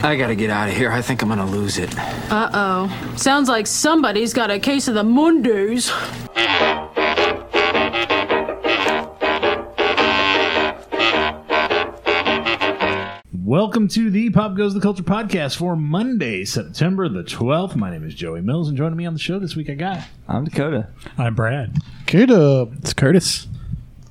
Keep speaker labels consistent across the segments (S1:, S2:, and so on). S1: I gotta get out of here. I think I'm gonna lose it.
S2: Uh-oh. Sounds like somebody's got a case of the Mondays.
S3: Welcome to the Pop Goes the Culture podcast for Monday, September the 12th. My name is Joey Mills, and joining me on the show this week, I got.
S4: I'm Dakota.
S5: I'm Brad.
S6: Get up.
S7: It's Curtis.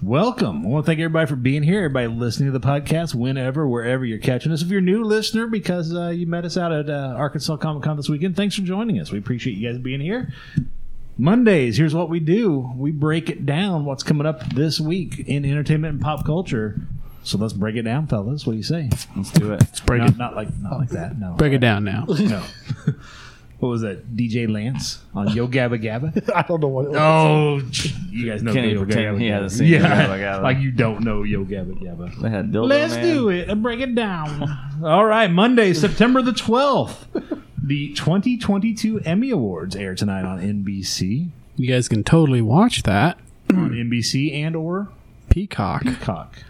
S3: Welcome. I want to thank everybody for being here, everybody listening to the podcast, whenever, wherever you're catching us. If you're a new listener, because uh, you met us out at uh, Arkansas Comic Con this weekend, thanks for joining us. We appreciate you guys being here. Mondays, here's what we do we break it down what's coming up this week in entertainment and pop culture. So let's break it down, fellas. What do you say?
S4: Let's do it.
S7: Break
S3: Not,
S7: it.
S3: not like not like that. No.
S7: Break it down now.
S3: No. what was that? DJ Lance on Yo Gabba Gabba?
S6: I don't know what it was.
S3: oh, you guys know
S4: Can't
S3: Yo
S4: even pretend
S3: Gabba
S4: he
S3: Gabba.
S4: hasn't seen Yo
S3: yeah.
S4: Gabba Gabba.
S3: Like you don't know Yo Gabba Gabba.
S4: They had dildo
S3: Let's
S4: man.
S3: do it and break it down. All right, Monday, September the 12th. The 2022 Emmy Awards air tonight on NBC,
S7: You guys can totally watch that.
S3: on NBC and or
S7: Peacock.
S3: Cock.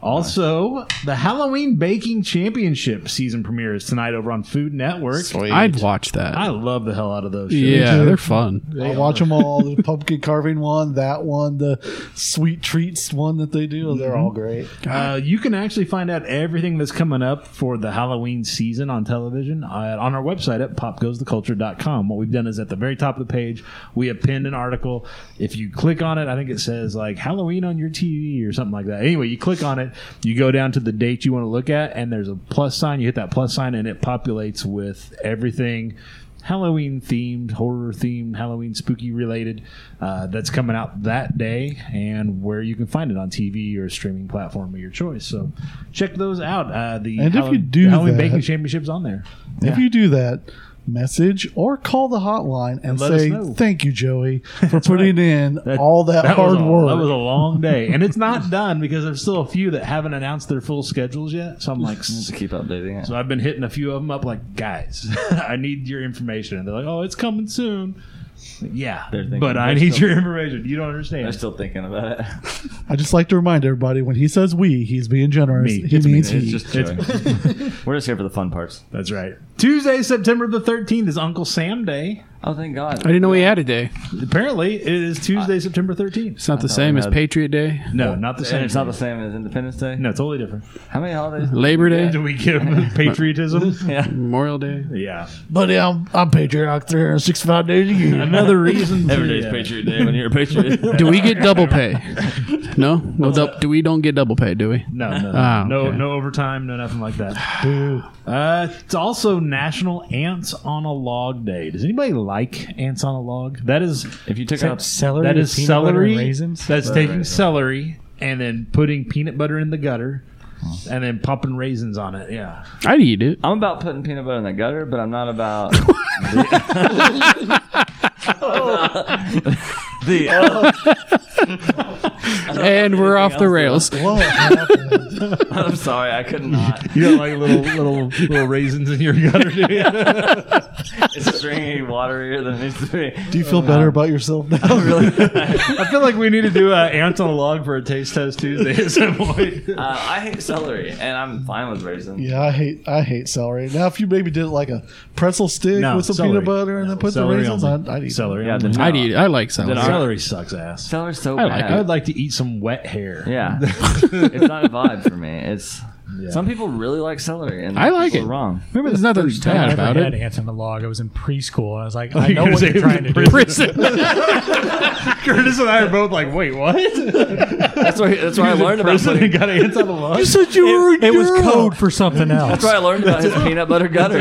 S3: Also, the Halloween Baking Championship season premiere is tonight over on Food Network.
S7: I'd watch that.
S3: I love the hell out of those shows.
S7: yeah, they're fun.
S6: I watch them all. The pumpkin carving one, that one, the sweet treats one that they do. They're
S3: Mm-hmm.
S6: all great.
S3: Uh, you can actually find out everything that's coming up for the Halloween season on television uh, on our website at popgoestheculture.com. What we've done is at the very top of the page, we have pinned an article. If you click on it, I think it says like Halloween on your TV or something like that. Anyway, you click on it, you go down to the date you want to look at, and there's a plus sign. You hit that plus sign, and it populates with everything. Halloween themed, horror themed, Halloween spooky related, uh, that's coming out that day and where you can find it on TV or streaming platform of your choice. So check those out. Uh, the
S6: And if
S3: Hallow-
S6: you do
S3: the Halloween
S6: that-
S3: Baking Championships on there.
S6: If you do that, message or call the hotline and,
S3: let us
S6: say,
S3: know.
S6: thank you, Joey, for putting in all that,
S3: was
S6: hard
S3: a,
S6: work.
S3: That was a long day, and it's not done because there's still a few that haven't announced their full schedules yet. So I'm like,
S4: Just to keep updating it.
S3: So I've been hitting a few of them up, like, guys, I need your information. And they're like, oh, it's coming soon. Yeah,
S4: They're thinking
S3: but I
S4: they're
S3: need
S4: still-
S3: your information. You don't
S4: I'm
S3: understand.
S4: still thinking about it.
S6: I just like to remind everybody when he says we, he's being generous.
S3: Me.
S6: He
S3: It's
S6: means
S4: It's
S6: he.
S4: just
S3: It's-
S4: joking. We're just here for the fun parts.
S3: That's right. Tuesday, September the 13th is Uncle Sam Day.
S4: Oh, thank God.
S7: I didn't know we had a day.
S3: Apparently, it is Tuesday, September 13th.
S7: It's not the
S4: thought
S7: same
S4: we
S7: as
S4: had-
S7: Patriot Day,
S3: Uh, No, not the same.
S4: And it's not the same as Independence Day.
S3: no, totally different.
S4: How many holidays?
S7: Labor Day,
S3: Do we give patriotism?
S4: yeah.
S7: Memorial Day.
S3: yeah.
S6: Buddy, I'm, I'm patriotic 365 days a year.
S3: Another reason.
S4: Every day's
S3: yeah.
S4: Patriot Day when you're a patriot.
S7: Do we get double pay? No, no. dou- Do we don't get double pay? Do we?
S3: No, no, no,
S7: Ah,
S3: no,
S7: okay.
S3: no overtime, no nothing like that. Uh, it's also National Ants on a Log Day. Does anybody like ants on a log? That is
S4: if you took
S5: Except
S4: out
S5: celery,
S3: that
S5: with
S3: is
S5: peanut butter
S3: celery.
S5: and raisins.
S3: That's taking
S4: raisins.
S3: celery and then putting peanut butter in the gutter, and then popping raisins on it. Yeah,
S7: I'd eat it.
S4: I'm about putting peanut butter in the gutter, but I'm not about the, uh, the
S7: And we're off the rails.
S6: What happened?
S4: I'm sorry, I could not.
S3: you don't like little little little raisins in your gutter, do you?
S4: It's stringy, waterier than it needs to be.
S6: Do you feel better about yourself now?
S3: I feel like we need to do an ant on a log for a taste test Tuesday at some point.
S4: Uh, I hate celery, and I'm fine with raisins.
S6: Yeah, I hate I hate celery. Now, if you maybe did like a pretzel stick
S3: No,
S6: with some
S3: celery.
S6: peanut butter and
S3: No,
S6: then put the
S3: celery
S6: raisins
S3: only.
S6: on, I'd eat
S3: Celery,
S4: Yeah,
S3: only.
S4: the-
S7: I'd eat it. I like celery.
S3: celery sucks ass.
S4: Celery's so
S7: I
S4: bad.
S7: like
S3: I would like to eat some wet hair.
S4: Yeah, it's not a vibe for me. It's
S3: Yeah.
S4: some people really like celery, and
S7: I like
S4: people
S7: it.
S4: are Wrong.
S7: Remember, there's nothing
S5: I
S7: bad
S5: never
S7: about
S5: had
S7: it.
S5: ants in the log. I was in preschool, and I was like,
S3: you
S5: I know
S3: were
S5: what
S3: saying
S5: you're trying to do.
S7: Prison.
S3: Curtis and I are both like, wait, what?
S4: That's why. That's why I learned about.
S3: Prison
S4: Putting,
S3: and got ants on the log.
S6: You said you were
S5: It was code for something else.
S4: that's why I learned about his peanut butter gutter.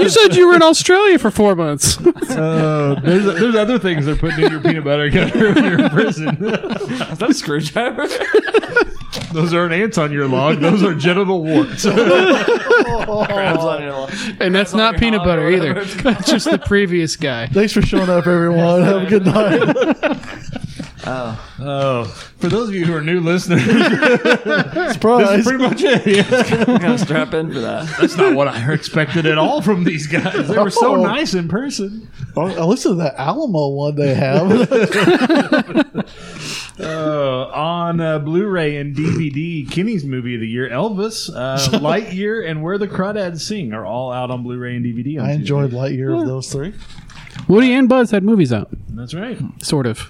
S7: you said you were in Australia for four months.
S3: Uh, there's, there's other things they're putting in your peanut butter gutter when you're in prison.
S4: Is that a screwdriver?
S3: Those aren't ants on your log. Those are genital warts.
S4: Crabs on your log.
S7: And that's not peanut butter either. That's just the previous guy.
S6: Thanks for showing up, everyone. Have a good night.
S3: Oh, for those of you who are new listeners,
S6: Surprise.
S3: much it.
S4: I'm gonna strap in for that.
S3: That's not what I expected at all from these guys. They were so
S6: Oh.
S3: nice in person.
S6: I listened to the Alamo one they have.
S3: Uh, on uh, Blu-ray and DVD, Kenny's movie of the year, Elvis, uh, Lightyear, and Where the Crawdads Sing are all out on Blu-ray and DVD. on
S6: I enjoyed
S3: Tuesday.
S6: Lightyear of those three.
S7: Woody and Buzz had movies out,
S3: That's right.
S7: sort of.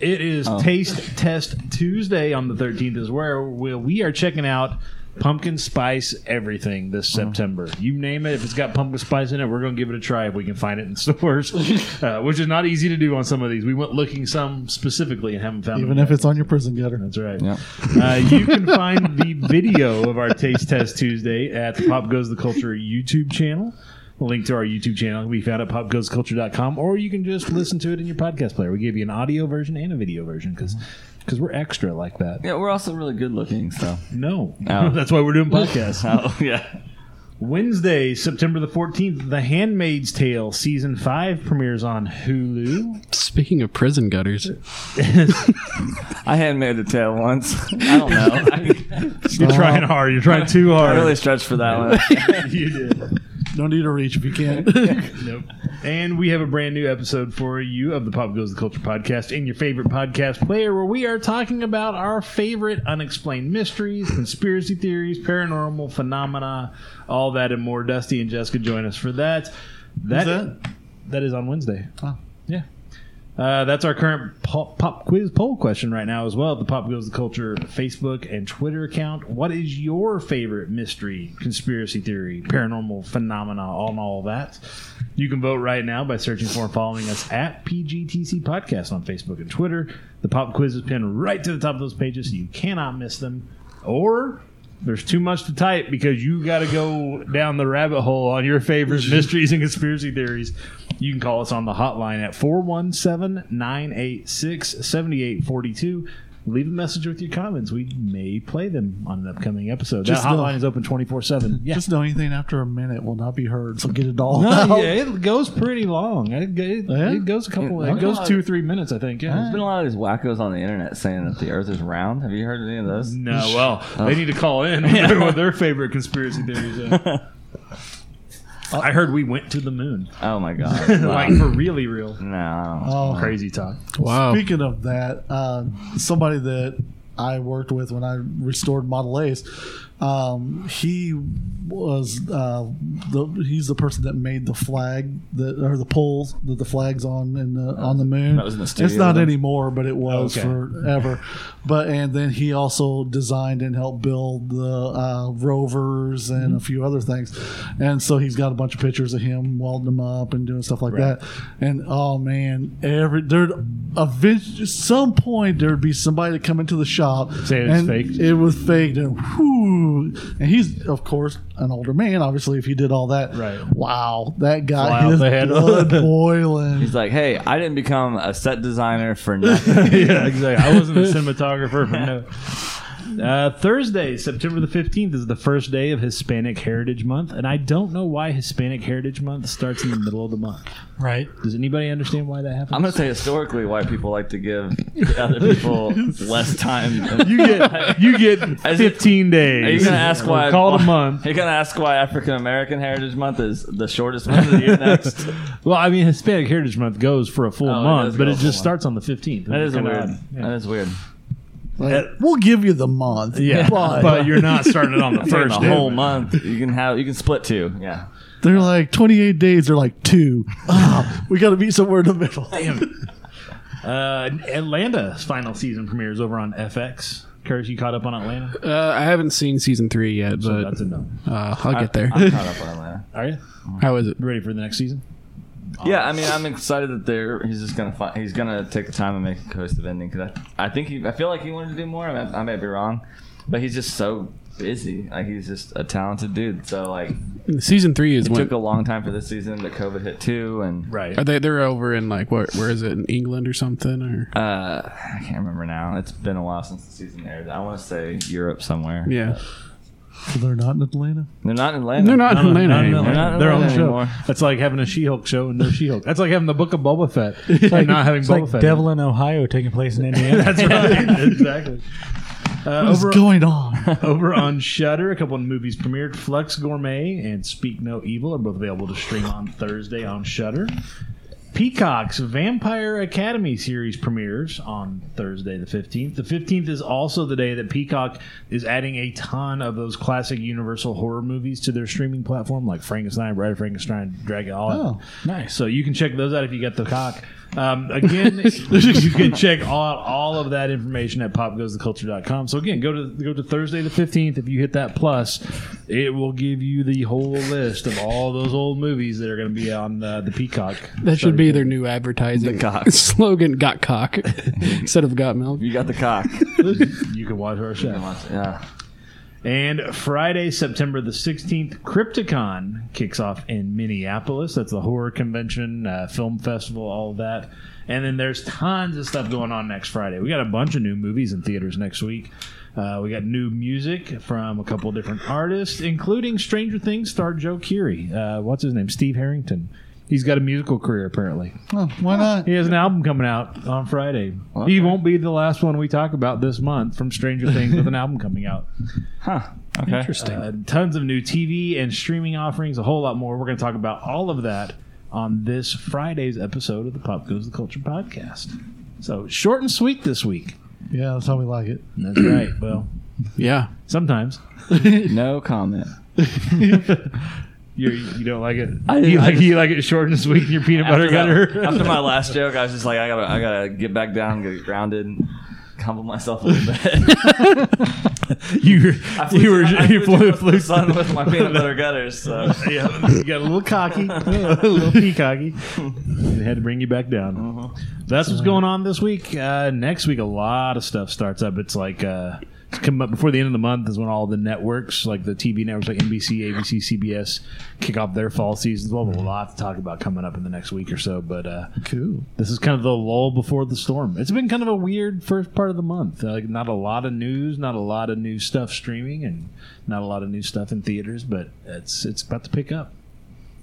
S3: It is
S6: Oh.
S3: Taste Test Tuesday on the 13th, is where we, we are checking out pumpkin spice everything this
S6: Uh-huh.
S3: September. You name it, if it's got pumpkin spice in it, we're going to give it a try if we can find it in stores, uh, which is not easy to do on some of these. We went looking some specifically and haven't found
S6: Even
S3: them
S6: if it's on your prison gutter.
S3: That's right. Uh, you can find the video of our Taste Test Tuesday at the Pop Goes the Culture YouTube channel. A link to our YouTube channel can be found at popgoesculture.com, or you can just listen to it in your podcast player. We gave you an audio version and a video version because we're extra like that.
S4: Yeah, we're also really good looking, so.
S3: No,
S4: Oh.
S3: that's why we're doing podcasts.
S4: Oh, yeah.
S3: Wednesday, September the 14th, The Handmaid's Tale Season 5 premieres on Hulu.
S7: Speaking of prison gutters,
S4: I handmade the tail once. I don't know. I,
S3: You're trying hard. You're trying too
S4: I
S3: hard.
S4: really stretched for that one.
S3: Oh. you did.
S6: No need to reach if you can't.
S3: Nope. And we have a brand new episode for you of the Pop Goes the Culture podcast in your favorite podcast player, where we are talking about our favorite unexplained mysteries, conspiracy theories, paranormal phenomena, all that and more. Dusty and Jessica join us for that. That,
S6: that?
S3: that is on Wednesday.
S6: Oh.
S3: Yeah. Uh, that's our current po- pop quiz poll question right now as well. The Pop Goes the Culture Facebook and Twitter account. What is your favorite mystery, conspiracy theory, paranormal phenomena, all and all that? You can vote right now by searching for and following us at PGTC Podcast on Facebook and Twitter. The pop quiz is pinned right to the top of those pages, so you cannot miss them. Or there's too much to type because you got to go down the rabbit hole on your favorite mysteries and conspiracy theories. You can call us on the hotline at 417 986 7842. Leave a message with your comments. We may play them on an upcoming episode.
S6: Just
S3: that hotline
S6: know-
S3: is open 24 7. Yeah.
S6: Just know anything after a minute will not be heard, so get it all out.
S3: yeah, it goes pretty long. It, it-
S6: Yeah?
S3: it goes a couple. It goes two, three minutes, I think. Yeah.
S4: There's been a lot of these wackos on the internet saying that the Earth is round. Have you heard any of those?
S3: No, well, they need to call in with their- with their favorite conspiracy theories. are. I heard we went to the moon,
S4: Oh my god! Wow.
S3: like for really real.
S4: no, I don't.
S6: Oh,
S3: Crazy talk.
S7: wow.
S6: Speaking of that, um, somebody that I worked with when I restored Model A's, um, he was uh, the he's the person that made the flag that or the poles that the flag's on in the, on the moon.
S4: that was in the
S6: it's
S4: studio
S6: not
S4: then?
S6: anymore, but it was
S3: Okay.
S6: forever. But and then he also designed and helped build the uh, rovers and
S3: Mm-hmm.
S6: a few other things. And so he's got a bunch of pictures of him welding them up and doing stuff like that. And oh man, every there'd eventually at some point there'd be somebody to come into the shop
S3: Say it was
S6: and
S3: faked.
S6: It was faked and whoo. And he's of course an older man. Obviously, if he did all that,
S3: Right.
S6: Wow, that guy
S3: Fly off
S6: his
S3: the head.
S6: blood boiling.
S4: He's like, hey, I didn't become a set designer for nothing.
S3: yeah, exactly. I wasn't a cinematographer for no. Uh, Thursday, September the 15th, is the first day of Hispanic Heritage Month, and I don't know why Hispanic Heritage Month starts in the middle of the month.
S5: right?
S3: Does anybody understand why that happens?
S4: I'm gonna say historically, white people like to give other people less time.
S3: you get you get
S4: Is it-
S3: 15 days.
S4: Are you gonna ask
S3: We'll
S4: why?
S3: Call it a
S4: why-
S3: month.
S4: You're gonna ask why African American Heritage Month is the shortest month of the year next.
S3: Well, I mean, Hispanic Heritage Month goes for a full
S4: Oh, it
S3: month,
S4: does
S3: but
S4: go
S3: it
S4: a
S3: just
S4: full month.
S3: starts on the 15th.
S4: That is
S3: Kinda
S4: weird.
S3: odd. Yeah.
S4: That is weird.
S6: Like, we'll give you the month,
S3: Yeah,
S6: but,
S3: but, you're not starting it on the
S4: First
S3: first
S4: a
S3: day.
S4: whole month, you can have you can split two. Yeah.
S6: they're like 28 days. They're like two. Ah, we got to be somewhere in the middle.
S3: Uh, Atlanta's final season premieres over on FX. Curse, you caught up on Atlanta?
S7: Uh, I haven't seen season three yet,
S3: So
S7: but
S3: that's a no.
S7: uh, I'll get there.
S4: I'm caught up on Atlanta.
S3: Are you
S7: How is it?
S3: ready for the next season?
S4: Yeah, I mean, I'm excited that they're he's just gonna find, he's gonna take the time and make a cohesive ending because I, I think he I feel like he wanted to do more. I, may- I may be wrong, but he's just so busy. Like he's just a talented dude. So like
S7: Season three is
S4: it
S7: when
S4: took a long time for this season, but COVID hit too, and
S3: Right.
S7: are they? They're over in like what? Where is it? In England or something? Or
S4: uh, I can't remember now. It's been a while since the season aired. I want to say Europe somewhere.
S7: yeah,
S6: They're not in Atlanta.
S4: They're not in Atlanta.
S7: they're not in Atlanta anymore.
S4: They're not in
S3: Their own
S4: Atlanta
S3: show.
S4: anymore.
S3: That's like having a She-Hulk show and no She-Hulk. That's like having the Book of Boba Fett and not having
S5: It's
S3: Boba
S5: like
S3: Fett.
S5: Devil in Ohio taking place in Indiana.
S3: That's right. exactly. Uh,
S6: What's
S3: over,
S6: going on?
S3: over on Shudder, a couple of movies premiered. Flux Gourmet and Speak No Evil are both available to stream on Thursday on Shudder. Peacock's Vampire Academy series premieres on Thursday, the 15th. The 15th is also the day that Peacock is adding a ton of those classic Universal horror movies to their streaming platform, like Frankenstein, Bride of Frankenstein, Dragon, all
S6: Oh,
S3: that. Nice. So you can check those out if you got the cock. Um, again, you can check all, all of that information at popgoestheculture.com. So again, go to go to Thursday the 15th. If you hit that plus, it will give you the whole list of all those old movies that are going to be on uh, the Peacock.
S7: That should be their new advertising
S4: cock.
S7: slogan. Got cock instead of got milk.
S4: You got the cock.
S3: you can watch our show.
S4: yeah.
S3: And Friday, September the 16th, Crypticon kicks off in Minneapolis. That's the horror convention, uh, film festival, all of that. And then there's tons of stuff going on next Friday. We got a bunch of new movies in theaters next week. Uh, we got new music from a couple different artists, including Stranger Things star Joe Curie. Uh, what's his name? Steve Harrington. He's got a musical career, apparently.
S6: oh, why not?
S3: He has an album coming out on Friday. He won't be the last one we talk about this month from Stranger Things with an album coming out.
S4: Huh. Okay.
S5: Interesting.
S3: Uh, tons of new TV and streaming offerings, a whole lot more. We're going to talk about all of that on this Friday's episode of the Pop Goes the Culture podcast. So short and sweet this week.
S6: Yeah, that's how we like it.
S3: That's right. Well,
S7: Yeah,
S3: sometimes
S4: No comment.
S3: you you don't like it.
S4: I-
S3: you
S4: I
S3: like you like it short and sweet. Your peanut butter
S4: after,
S3: gutter.
S4: that- after my last joke, I was just like, I gotta, I gotta get back down, get grounded, and humble myself a little bit.
S3: you
S4: I
S3: you were
S4: I
S3: you flew,
S4: to the
S3: flew
S4: sun with my peanut butter gutters. So
S3: yeah, you got a little cocky, a little peacocky. It had to bring you back down. That's what's going on this week. Uh, next week, a lot of stuff starts up. It's like uh, it's come up before the end of the month is when all the networks, like the TV networks, like NBC, ABC, CBS, kick off their fall seasons. We'll have a lot to talk about coming up in the next week or so. But uh,
S6: Cool.
S3: this is kind of the lull before the storm. It's been kind of a weird first part of the month. Uh, Like not a lot of news, not a lot of new stuff streaming, and not a lot of new stuff in theaters. But it's it's about to pick up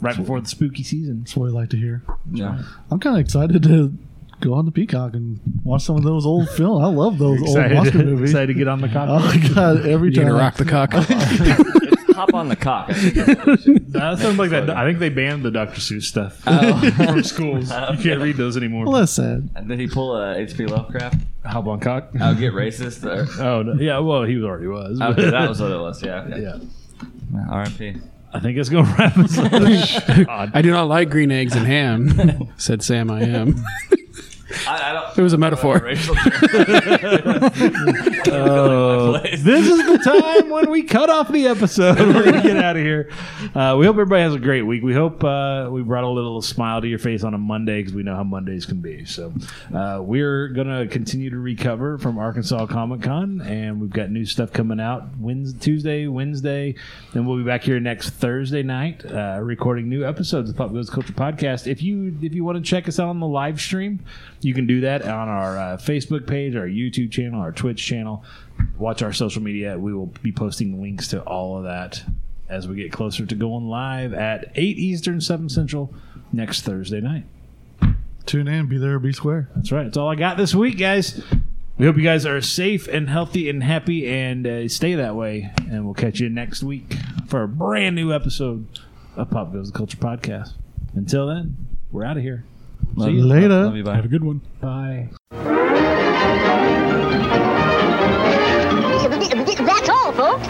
S3: right before the spooky season.
S6: That's what we like to hear.
S4: yeah.
S6: I'm kind of excited to go on to Peacock and watch some of those old films. I love those
S3: Excited,
S6: old Oscar movies.
S3: excited to get on the cock.
S6: Oh my god! Every
S7: you
S6: time
S7: gonna rock the cock.
S4: hop on the cock.
S3: that sounds like that. I think they banned the Dr. Seuss stuff from schools. You can't read those anymore.
S6: Well, that's sad.
S4: Did he pull a HP Lovecraft?
S3: Hop on cock.
S4: I'll get racist. Or,
S3: Oh no. yeah, well he already was. but-
S4: okay, that was what it was. Yeah. Okay.
S3: yeah.
S4: R.I.P.
S3: I think it's gonna wrap us up. God.
S7: I do not like green eggs and ham," said Sam. I am.
S4: I, I don't.
S7: It was a metaphor.
S4: Racial. Uh,
S3: Oh, this is the time when we cut off the episode. We're gonna get out of here. Uh, we hope everybody has a great week. We hope uh, we brought a little smile to your face on a Monday because we know how Mondays can be. So uh, we're gonna continue to recover from Arkansas Comic Con, and we've got new stuff coming out Wednesday, Tuesday, Wednesday, and we'll be back here next Thursday night uh, recording new episodes of Pop Goes the Culture podcast. If you if you want to check us out on the live stream, you can do that on our uh, Facebook page, our YouTube channel, our Twitch channel watch our social media. We will be posting links to all of that as we get closer to going live at 8 Eastern, 7 Central next Thursday night.
S6: Tune in. Be there. Be square.
S3: That's right. That's all I got this week, guys. We hope you guys are safe and healthy and happy and uh, stay that way. And we'll catch you next week for a brand new episode of Pop Goes the Culture Podcast. Until then, we're out of here.
S4: Love
S3: you
S6: later.
S4: Love you. Bye.
S5: Have a good one.
S3: Bye.
S8: That's all, folks.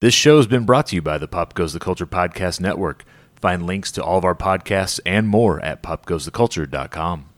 S9: This show has been brought to you by the Pop Goes the Culture Podcast Network. Find links to all of our podcasts and more at popgoestheculture.com.